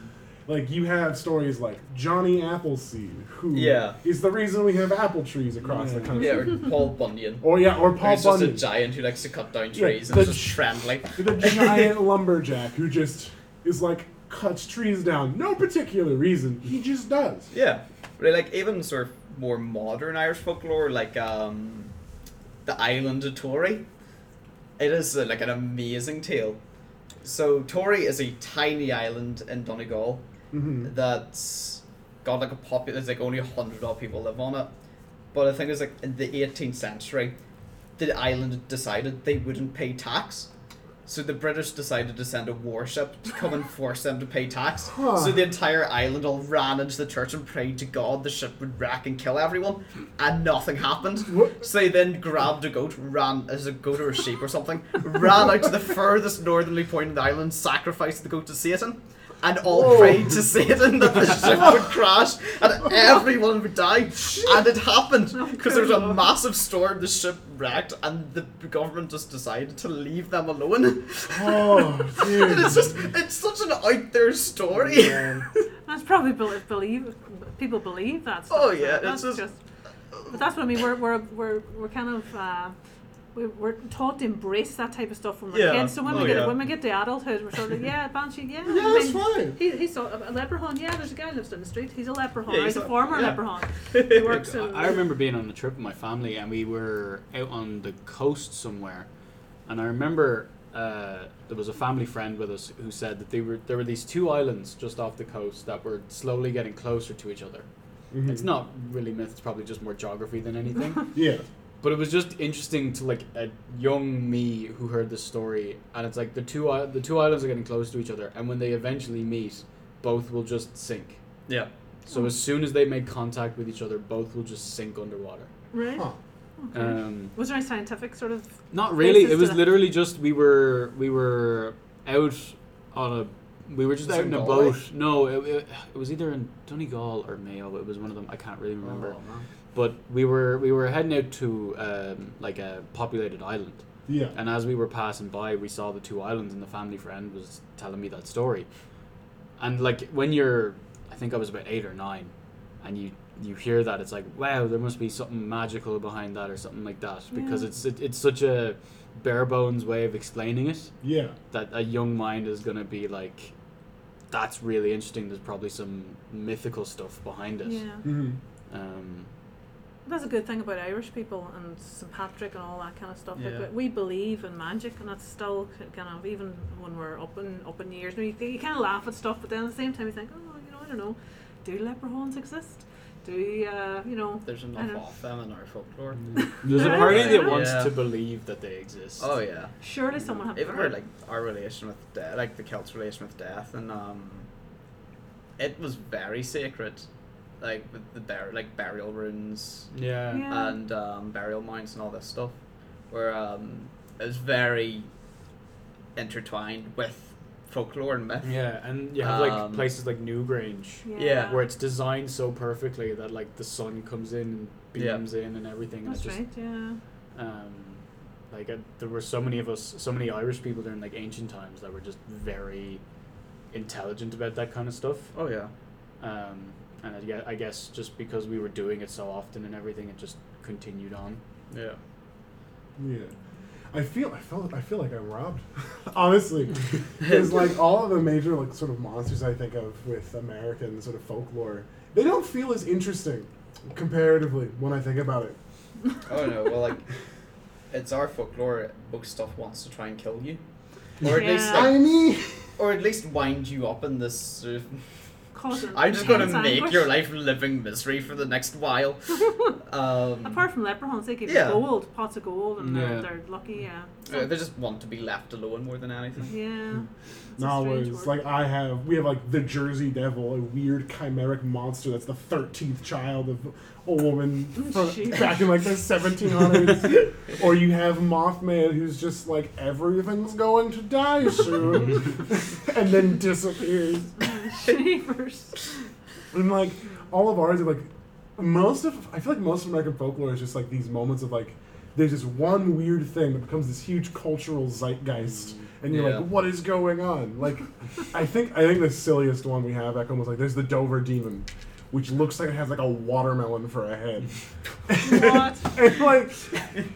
Like you have stories like Johnny Appleseed, who is
Yeah.
the reason we have apple trees across the
Yeah.
country.
Yeah, or Paul Bunyan.
Or yeah, or Paul
He's just a
Bunyan,
giant who likes to cut down
Yeah,
trees
the
and is just friendly.
the giant lumberjack who just is like cuts trees down, no particular reason. He just does.
Yeah. But like even sort of more modern Irish folklore, like um, the Island of Tory, it is uh, like an amazing tale. So Tory is a tiny island in Donegal
hmm
that's got like a pop. There's like only a hundred odd people live on it. But I think it was like in the 18th century, the island decided they wouldn't pay tax. So the British decided to send a warship to come and force them to pay tax.
Huh.
So the entire island all ran into the church and prayed to God the ship would wreck and kill everyone, and nothing happened.
What?
So they then grabbed a goat, ran as a goat or a sheep or something, ran out to the furthest northerly point of the island, sacrificed the goat to Satan, and all
Whoa.
prayed to Satan that the ship would crash and everyone would die. And it happened because there was a massive storm, the ship wrecked, and the government just decided to leave them alone.
Oh, dude.
And it's just, it's such an out there story.
That's probably bel believe people believe that. Stuff,
Oh, yeah,
that's
it's just-
But that's what I mean. We're we're we're, we're kind of. Uh, we- we're taught to embrace that type of stuff when we're
Yeah.
kids. So when
Oh,
we get
yeah.
when we get to adulthood, we're sort of yeah, banshee, yeah.
Yeah,
I
that's fine.
He, he's sort of a leprechaun. Yeah, there's a guy who lives down the street. He's a leprechaun.
Yeah,
he's,
he's
a
a-
former
yeah.
leprechaun. He works
I-
in.
I remember being on a trip with my family, and we were out on the coast somewhere, and I remember uh, there was a family friend with us who said that they were there were these two islands just off the coast that were slowly getting closer to each other.
Mhm.
It's not really myth; it's probably just more geography than anything.
Yeah.
but it was just interesting to like a young me who heard this story, and it's like the two i- the two islands are getting close to each other, and when they eventually meet, both will just sink.
Yeah.
So as soon as they make contact with each other, both will just sink underwater.
Right.
Huh.
Okay.
Um,
Was there any scientific sort of?
not really.
Basis
It was
to that.
literally just we were we were out on a we were just
Was
out
it
in a
Galway?
boat. No, it, it, it was either in Donegal or Mayo. It was one of them. I can't really remember. But we were we were heading out to um, like a populated island,
Yeah.
and as we were passing by, we saw the two islands, and the family friend was telling me that story. And like when you're, I think I was about eight or nine, and you you hear that, it's like wow, there must be something magical behind that or something like that because
Yeah.
it's it, it's such a bare bones way of explaining it
Yeah.
that a young mind is gonna be like, that's really interesting. There's probably some mythical stuff behind it.
Yeah.
hmm
Um,
That's a good thing about Irish people and St Patrick and all that kind of stuff.
Yeah.
Like, we believe in magic, and that's still k- kind of even when we're up in up in years. You, know, you, you kind of laugh at stuff, but then at the same time you think, oh, you know, I don't know, do leprechauns exist? do uh, you know?
There's
I
enough
know.
of them in our folklore.
There's a
Yeah.
party that wants
Yeah.
to believe that they exist.
Oh yeah.
Surely someone had
Even heard like our relation with death, like the Celts' relation with death, and um, it was very sacred, like with the bur- like burial runes
Yeah.
Yeah.
and um, burial mounds and all this stuff, where um, it was very intertwined with folklore and myth.
Yeah, and you have like
Um,
places like Newgrange
yeah,
where it's designed so perfectly that like the sun comes in and
Yeah.
beams in and everything.
that's
and it
right. Yeah.
just, um, like uh there were so many of us, so many Irish people during like ancient times that were just very intelligent about that kind of stuff.
Oh yeah.
Um, and I guess, I guess just because we were doing it so often and everything, it just continued on.
Yeah.
Yeah. I feel I felt I feel like I'm robbed. Honestly. Because like all of the major like sort of monsters I think of with American sort of folklore, they don't feel as interesting comparatively when I think about it.
Oh no. Well, like it's our folklore. Most stuff wants to try and kill you, or at least
Yeah.
I
like,
mean
or at least wind you up in this sort of
Causes
I'm just gonna
intense
make
anguish.
your life living misery for the next while. Um,
Apart from leprechauns, they give
Yeah.
gold, pots of gold, and
Yeah.
they're, they're lucky. Yeah.
uh, they just want to be left alone more than anything.
Yeah. It's a
No,
strange
it's
word.
like I have we have like the Jersey Devil, a weird chimeric monster that's the thirteenth child of a woman from
Jeez.
back in like the seventeen hundreds. or you have Mothman who's just like everything's going to die soon and then disappears.
Shivers.
And like all of ours are like most of I feel like most of American folklore is just like these moments of like there's this one weird thing that becomes this huge cultural zeitgeist and you're
Yeah.
like, what is going on? Like I think I think the silliest one we have back home was like there's the Dover demon, which looks like it has like a watermelon for a head.
What?
and like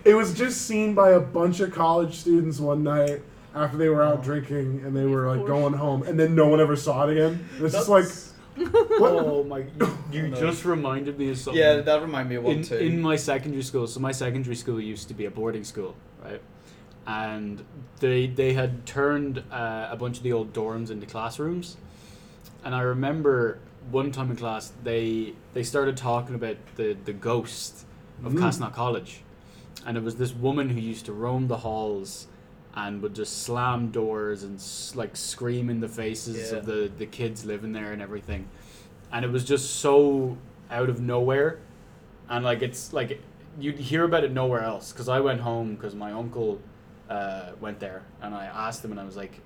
it was just seen by a bunch of college students one night after they were out
Oh.
drinking and they were like
Of course.
going home and then no one ever saw it again. And it's just like what
Oh my! You, you
No.
just reminded me of something.
yeah, that remind me of one
in,
too.
in my secondary school so my secondary school used to be a boarding school right and they they had turned uh, a bunch of the old dorms into classrooms and i remember one time in class they they started talking about the the ghost of
Mm.
Casnock college and it was this woman who used to roam the halls and would just slam doors and s- like scream in the faces of
Yeah.
the the kids living there and everything and it was just so out of nowhere and like it's like you'd hear about it nowhere else because i went home because my uncle uh, went there and i asked him and i was like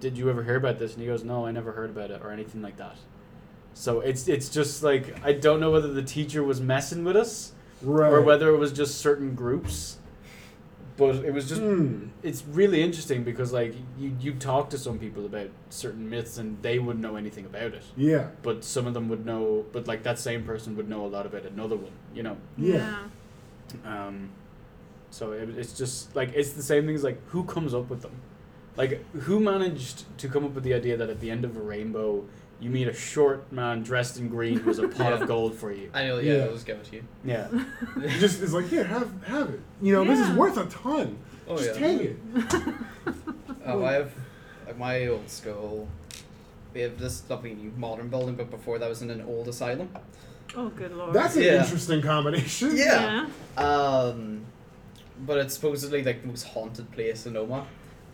did you ever hear about this and he goes no i never heard about it or anything like that so it's it's just like i don't know whether the teacher was messing with us
right.
or whether it was just certain groups but it was just
Hmm.
it's really interesting because like you you talk to some people about certain myths and they wouldn't know anything about it
Yeah.
but some of them would know but like that same person would know a lot about another one you know
Yeah.
um so it, it's just like it's the same thing as like who comes up with them like who managed to come up with the idea that at the end of a rainbow you meet a short man dressed in green who's a pot
Yeah.
of gold for you
I know. Yeah,
Yeah.
I'll just give it to you.
yeah
It just is like, yeah, have have it. You know, this is
Yeah.
worth a ton.
Oh
just
yeah.
take it.
Oh, I have at my old school. We have this lovely new modern building, but before that was in an old asylum.
Oh, good lord.
That's an
Yeah.
interesting combination.
Yeah. Um, but it's supposedly like the most haunted place in Oma,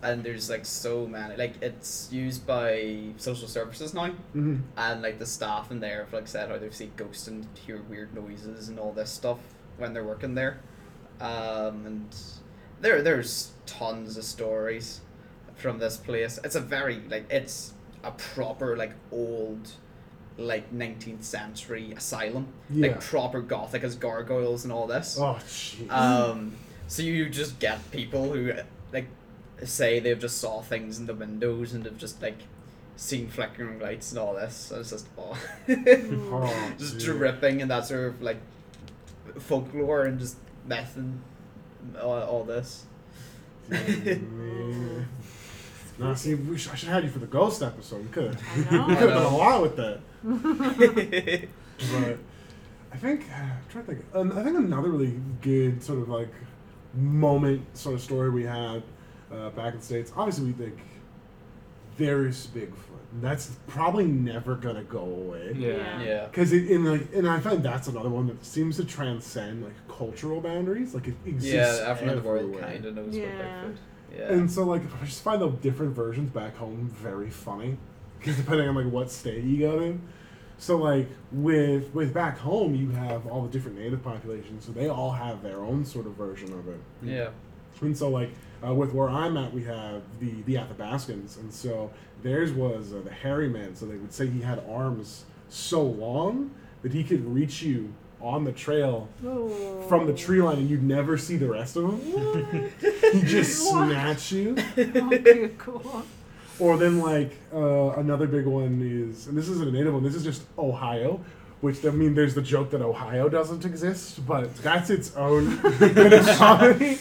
and there's like so many. Like it's used by social services now,
Mhm.
and like the staff in there have like said how they've seen ghosts and hear weird noises and all this stuff when they're working there. Um, and there there's tons of stories from this place. It's a very like it's a proper like old like 19th century asylum
Yeah.
like proper gothic as gargoyles and all this
Oh, jeez.
um, so you just get people who uh, like say they've just saw things in the windows and have just like seen flickering lights and all this. And it's just oh,
Oh,
just
dear.
dripping and that sort of like folklore and just myth and all, all this.
Dear me. Nah, see, we sh- I should have had you for the ghost episode. We could have
I know.
could have done a
know.
lot with that.
yeah,
But I think I'm trying to think. Um, I think another really good sort of like moment sort of story we had uh, back in the states. Obviously, we think there's Bigfoot. And that's probably never gonna go away.
Yeah.
Yeah.
Because it in like, and I find that's another one that seems to transcend like cultural boundaries. Like it exists
Yeah, everyone in the world
everywhere.
kind of knows about
Yeah.
Bigfoot. Yeah.
And so like, I just find the different versions back home very funny, because depending on like what state you go to. So like with with back home, you have all the different native populations, so they all have their own sort of version of it.
yeah.
And so, like, uh, with where I'm at, we have the, the Athabascans. And so theirs was uh, the hairy man. So they would say he had arms so long that he could reach you on the trail
Oh.
from the tree line and you'd never see the rest of him.
What?
He'd just
What?
snatch you.
Oh, dear God.
Or then, like, uh, another big one is, and this isn't a native one, this is just Ohio. Which I mean, there's the joke that Ohio doesn't exist, but that's its own bit of comedy.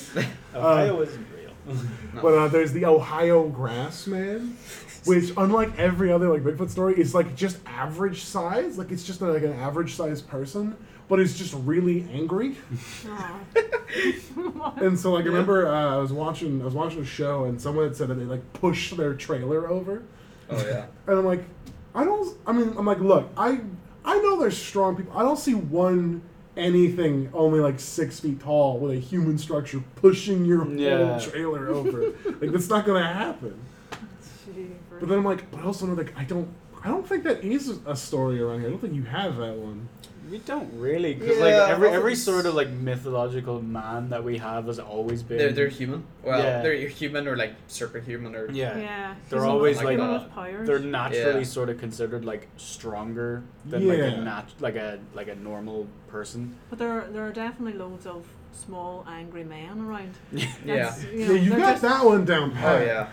Uh,
Ohio isn't real.
But uh, there's the Ohio grass man, which unlike every other like Bigfoot story, is like just average size. Like it's just uh, like an average sized person, but it's just really angry.
Oh.
And so like I remember uh, I was watching I was watching a show and someone had said that they like pushed their trailer over,
Oh yeah.
and I'm like, I don't. I mean, I'm like, look, I I know there's strong people. I don't see one anything only like six feet tall with a human structure pushing your
Yeah.
whole trailer over. like that's not gonna happen. But then I'm like, but I also know like I don't I don't think that is a story around here. I don't think you have that one.
We don't really, because like
Yeah,
every
I
every
think-
sort of like mythological man that we have has always been.
They're, they're human. Well,
Yeah.
they're human or like superhuman or
yeah.
yeah,
They're
he's
always uh,
not
like
given
that.
enough powers.
They're naturally
Yeah.
sort of considered like stronger than like a
Yeah.
nat- like a like a normal person.
But there, are, there are definitely loads of small angry men around.
yeah.
That's,
Yeah,
know,
you
they're
got
just-
that one down
Oh
pat.
yeah.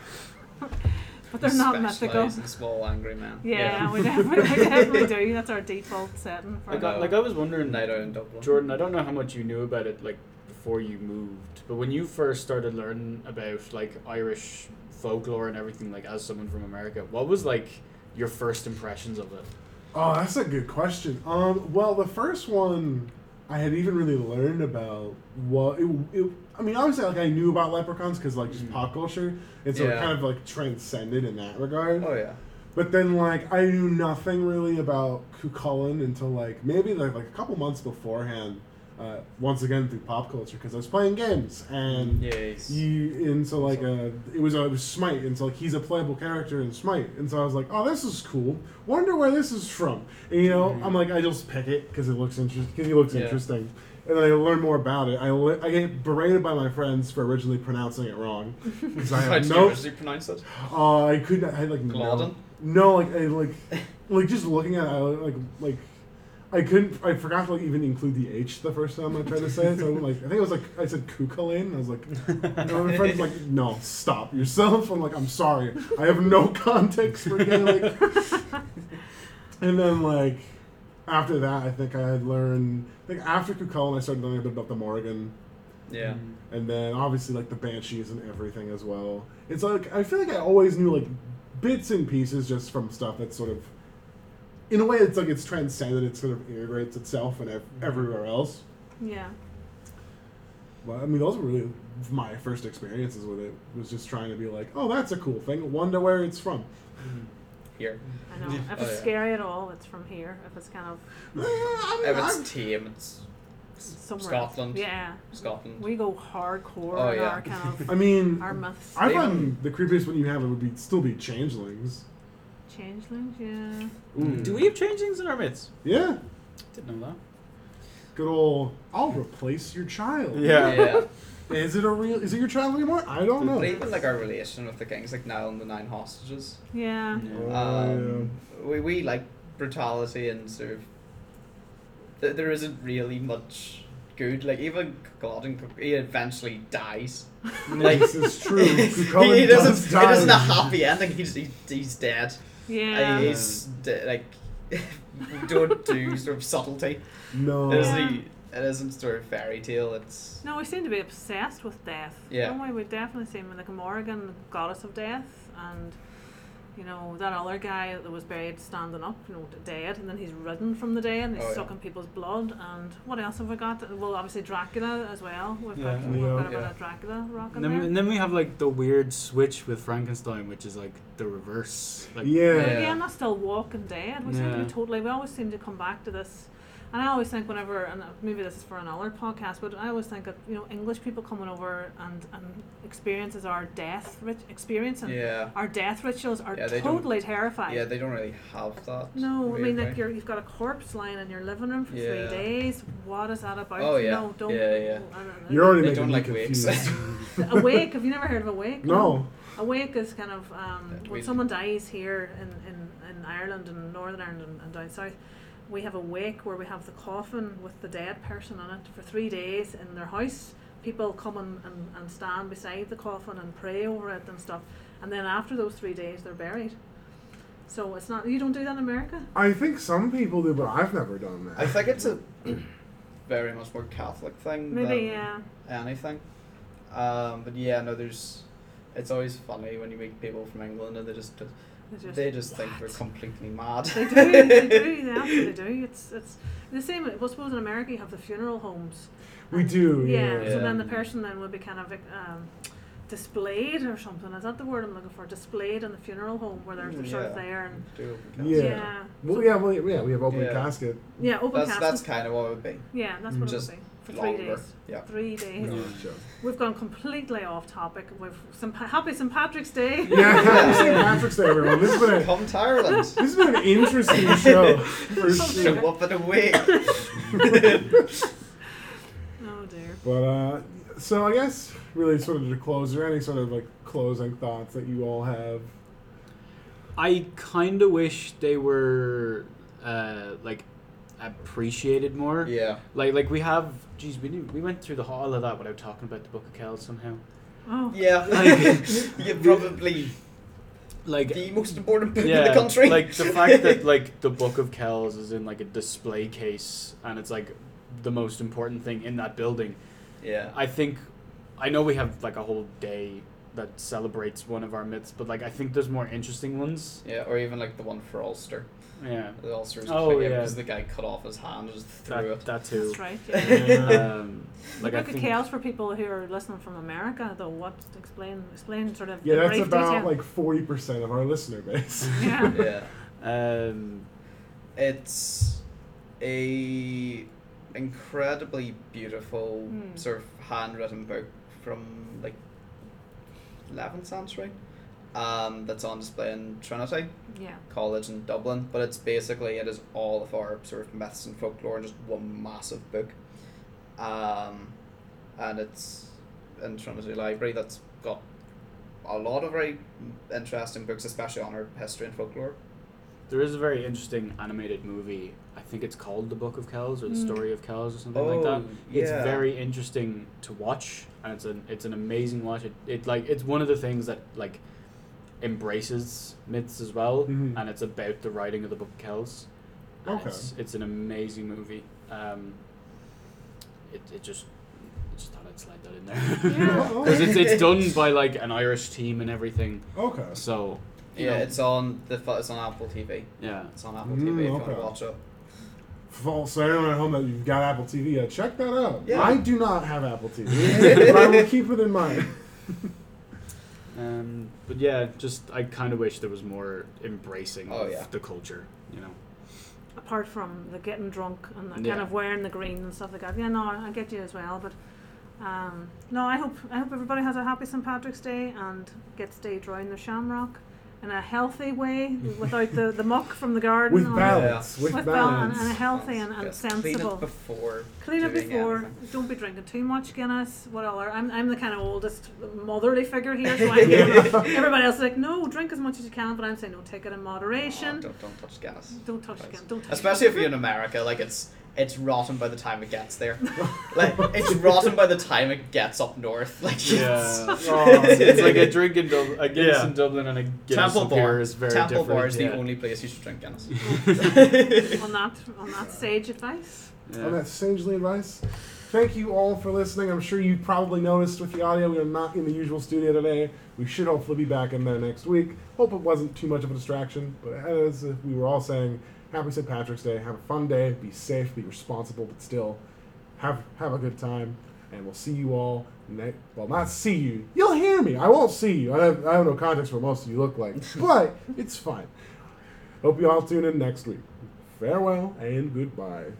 But they're not mythical.
Specialise in small angry men.
Yeah, we definitely, we definitely do. That's our default setting. For
Like
know.
I, like uh, I was
We're
wondering,
night out in Dublin.
Jordan. I don't know how much you knew about it like before you moved, but when you first started learning about like Irish folklore and everything, like as someone from America, what was like your first impressions of it?
Oh, that's a good question. Um, well, the first one I had even really learned about. Well, it, it, I mean, obviously, like I knew about leprechauns because like just pop culture, and so it
Yeah.
kind of like transcended in that regard.
Oh yeah.
But then, like, I knew nothing really about Cucullin until like maybe like, like a couple months beforehand. Uh, once again through pop culture because I was playing games and
Yeah. He's,
you and so like uh, it was uh, it was Smite and so like he's a playable character in Smite and so I was like oh this is cool wonder where this is from and, you know I'm like I just pick it because it looks interesting because he looks
Yeah.
interesting and then I learn more about it I, li- I get berated by my friends for originally pronouncing it wrong because I
How
have
do
no
you usually pronounce it?
uh, I couldn't I had like no-
Glauden?
no like I like like just looking at it, I like like. I couldn't. I forgot to like even include the H the first time I tried to say it. So I went like, I think it was like I said Kukulin. and I was like, and my friend's like, no, stop yourself. I'm like, I'm sorry. I have no context for Gaelic. and then, like, after that, I think I had learned, I think after Cucullin, I started learning a bit about the Morrigan.
Yeah.
And then, obviously, like, the Banshees and everything as well. It's like, I feel like I always knew, like, bits and pieces just from stuff that's sort of, in a way, it's like it's transcended, it sort of integrates itself and ev- everywhere else.
yeah,
Well, I mean, those were really my first experiences with it. Was just trying to be like, oh, that's a cool thing. Wonder where it's from.
Here.
I know. If it's
Oh, yeah.
scary at all, it's from here. If it's kind of
Eh, I mean,
If
I'm-
it's tame, it's
somewhere.
Scotland.
Yeah,
Scotland.
we go hardcore
Oh,
on
yeah.
our kind of
I mean,
our myths.
I find the creepiest one you have it would be still be changelings.
Changelings, yeah.
Mm.
Ooh.
Do we have changelings in our midst?
Yeah,
Mm. Didn't know that.
good old. I'll replace your child.
Yeah.
yeah.
Is it a real? Is it your child anymore? I don't know.
But even like our relation with the kings, like Nile and the Nine Hostages.
Yeah.
Oh,
Um, we, we like brutality and sort of. Th- there isn't really much good. Like even Gordon, he eventually dies.
yeah.
like-
this is true.
he
Cucullin
doesn't.
does
it
die.
isn't a happy ending. He's he, he's dead.
Yeah.
Uh, He's de- like don't do sort of subtlety.
No.
It
Yeah.
isn't. It isn't sort of fairy tale. It's
No, we seem to be obsessed with death.
Yeah.
Don't we? We definitely seem like a Morrigan, goddess of death, and You know that other guy that was buried standing up, you know, d- dead, and then he's risen from the dead, and he's
Oh, yeah.
sucking people's blood. And what else have we got? Well, obviously Dracula as well. We've
Yeah.
got, we've got a
Yeah.
bit of Dracula rock in
And then,
there.
and then we have like the weird switch with Frankenstein, which is like the reverse. Like,
Yeah.
But
Yeah.
again, that's still Walking Dead. We seem to
Yeah.
be totally. We always seem to come back to this. And I always think whenever, and uh, maybe this is for another podcast, but I always think of you know English people coming over and and experiences our death rit- experience and
Yeah.
our death rituals are
Yeah, they don't-
totally terrified.
Yeah, they don't really have that.
no, I mean
weirdly.
like you're, you've got a corpse lying in your living room for
Yeah.
three days. What is that about?
Oh, yeah.
No, don't.
Yeah, yeah.
I don't know.
You're already
They
making
don't
me
like wigs.
confused.
awake. Have you never heard of awake?
no.
Awake is kind of um,
Yeah,
when
we-
someone dies here in, in, in Ireland and Northern Ireland and, and down south, we have a wake where we have the coffin with the dead person on it for three days in their house. People come and, and, and stand beside the coffin and pray over it and stuff. And then after those three days, they're buried. So it's not, you don't do that in America?
I think some people do, but I've never done that.
I think it's a very much more Catholic thing
Maybe,
than
yeah.
anything. Um, but yeah, no, there's. It's always funny when you meet people from England and they just
It's just-
they just think we're completely mad.
They do, they do, they absolutely do. It's it's the same. I suppose in America you have the funeral homes.
We do,
Yeah.
yeah.
So then the
Yeah.
person then would be kind of um, displayed or something. Is that the word I'm looking for? Displayed in the funeral home where they're, they're sort of
Mm, Yeah.
there and
Do what we
Yeah.
can.
yeah,
well, yeah, well, yeah, we have open
Yeah.
casket.
yeah. Open
That's
casket.
that's kind of what it would be.
yeah, that's what
Just
it would be for three
longer.
days.
Yeah.
Three days.
No,
Yeah.
it's just-
We've gone completely off topic. We've some happy St Patrick's Day.
Yeah, happy St. Patrick's Day, everyone. This has been a,
Come to Ireland.
this has been an interesting show. For sure.
Show up in a week.
oh dear.
But uh, so I guess really sort of to close, or any sort of like closing thoughts that you all have?
I kind of wish they were uh, like appreciated more.
Yeah.
Like like we have. Geez, we didn't, we went through the all of that without talking about the Book of Kells somehow.
Oh.
Yeah.
Like-
You're probably
Like
the most important book
yeah,
in the country.
like the fact that like the Book of Kells is in like a display case and it's like the most important thing in that building.
yeah.
I think I know we have like a whole day that celebrates one of our myths, but like I think there's more interesting ones.
Yeah, or even like the one for Ulster.
Yeah,
The Ulster's
Oh,
thing, yeah,
yeah.
because the guy cut off his hand and just threw
that,
it.
that too.
That's right.
uh,
Yeah.
Um, like I
Book of
think
Chaos for people who are listening from America, though. What explain explain sort of
Yeah,
in
that's
brief
about
detail.
like forty percent of our listener base.
yeah.
yeah.
um,
It's a incredibly beautiful
Mm.
sort of handwritten book from like 11th century um, that's on display in Trinity
yeah.
College in Dublin. But it's basically it is all of our sort of myths and folklore in just one massive book, um, and it's in Trinity Library that's got a lot of very interesting books, especially on our history and folklore.
there is a very interesting animated movie. I think it's called The Book of Kells or The
Mm.
Story of Kells or something like that. It's
yeah.
very interesting to watch, and it's an it's an amazing watch. It, it like it's one of the things that like embraces myths as well,
Mhm.
and it's about the writing of the Book of Kells. And
Okay.
It's, it's an amazing movie. Um, it, it just I just thought I'd slide that in there
Yeah.
Oh,
because it's, it's done by like an Irish team and everything.
okay.
So you
Yeah,
know,
it's on the fu- it's on Apple TV.
yeah.
It's on Apple
Mm,
TV if you want to
okay.
watch it.
False. So everyone at home that you've got Apple TV, uh, check that out.
Yeah.
I do not have Apple TV, but I will keep it in mind.
Um, but yeah, just I kind of wish there was more embracing
Oh,
of
yeah.
the culture. You know.
apart from the getting drunk and the kind
Yeah.
of wearing the green and stuff like that. Yeah, no, I get you as well, but um, no, I hope I hope everybody has a happy St Patrick's Day and gets day drawing the shamrock in a healthy way without the, the muck from the garden.
With
on-
balance.
Yeah.
With,
With balance
balance.
and a healthy and, and
Yes,
sensible.
Clean it before.
Clean up
doing
before.
anything.
Don't be drinking too much Guinness. What other? I'm, I'm the kind of oldest motherly figure here, so I'm everybody else is like, no, drink as much as you can. But I'm saying, no, take it in
Oh,
moderation.
don't, don't touch gas.
don't touch
Guys.
Guinness. Don't touch
Especially if you're in America, like it's it's rotten by the time it gets there. Like it's rotten by the time it gets up north. Like it's-
Yeah. Oh, it's like a drink in Dublin, a Guinness
Yeah.
in Dublin, and a Guinness
Temple
up
Bar
here is very
Temple
different.
Bar is
yeah.
the only place you should drink Guinness. Oh,
on that on that sage advice.
On
Yeah.
that sagely advice, Thank you all for listening. I'm sure you probably noticed with the audio we are not in the usual studio today. We should hopefully be back in there next week. Hope it wasn't too much of a distraction, but as we were all saying, happy St. Patrick's Day. Have a fun day. Be safe. Be responsible, but still have have a good time. And we'll see you all next. Well, not see you. You'll hear me. I won't see you. I have, I have no context for what most of you look like, but it's fine. Hope you all tune in next week. Farewell and goodbye.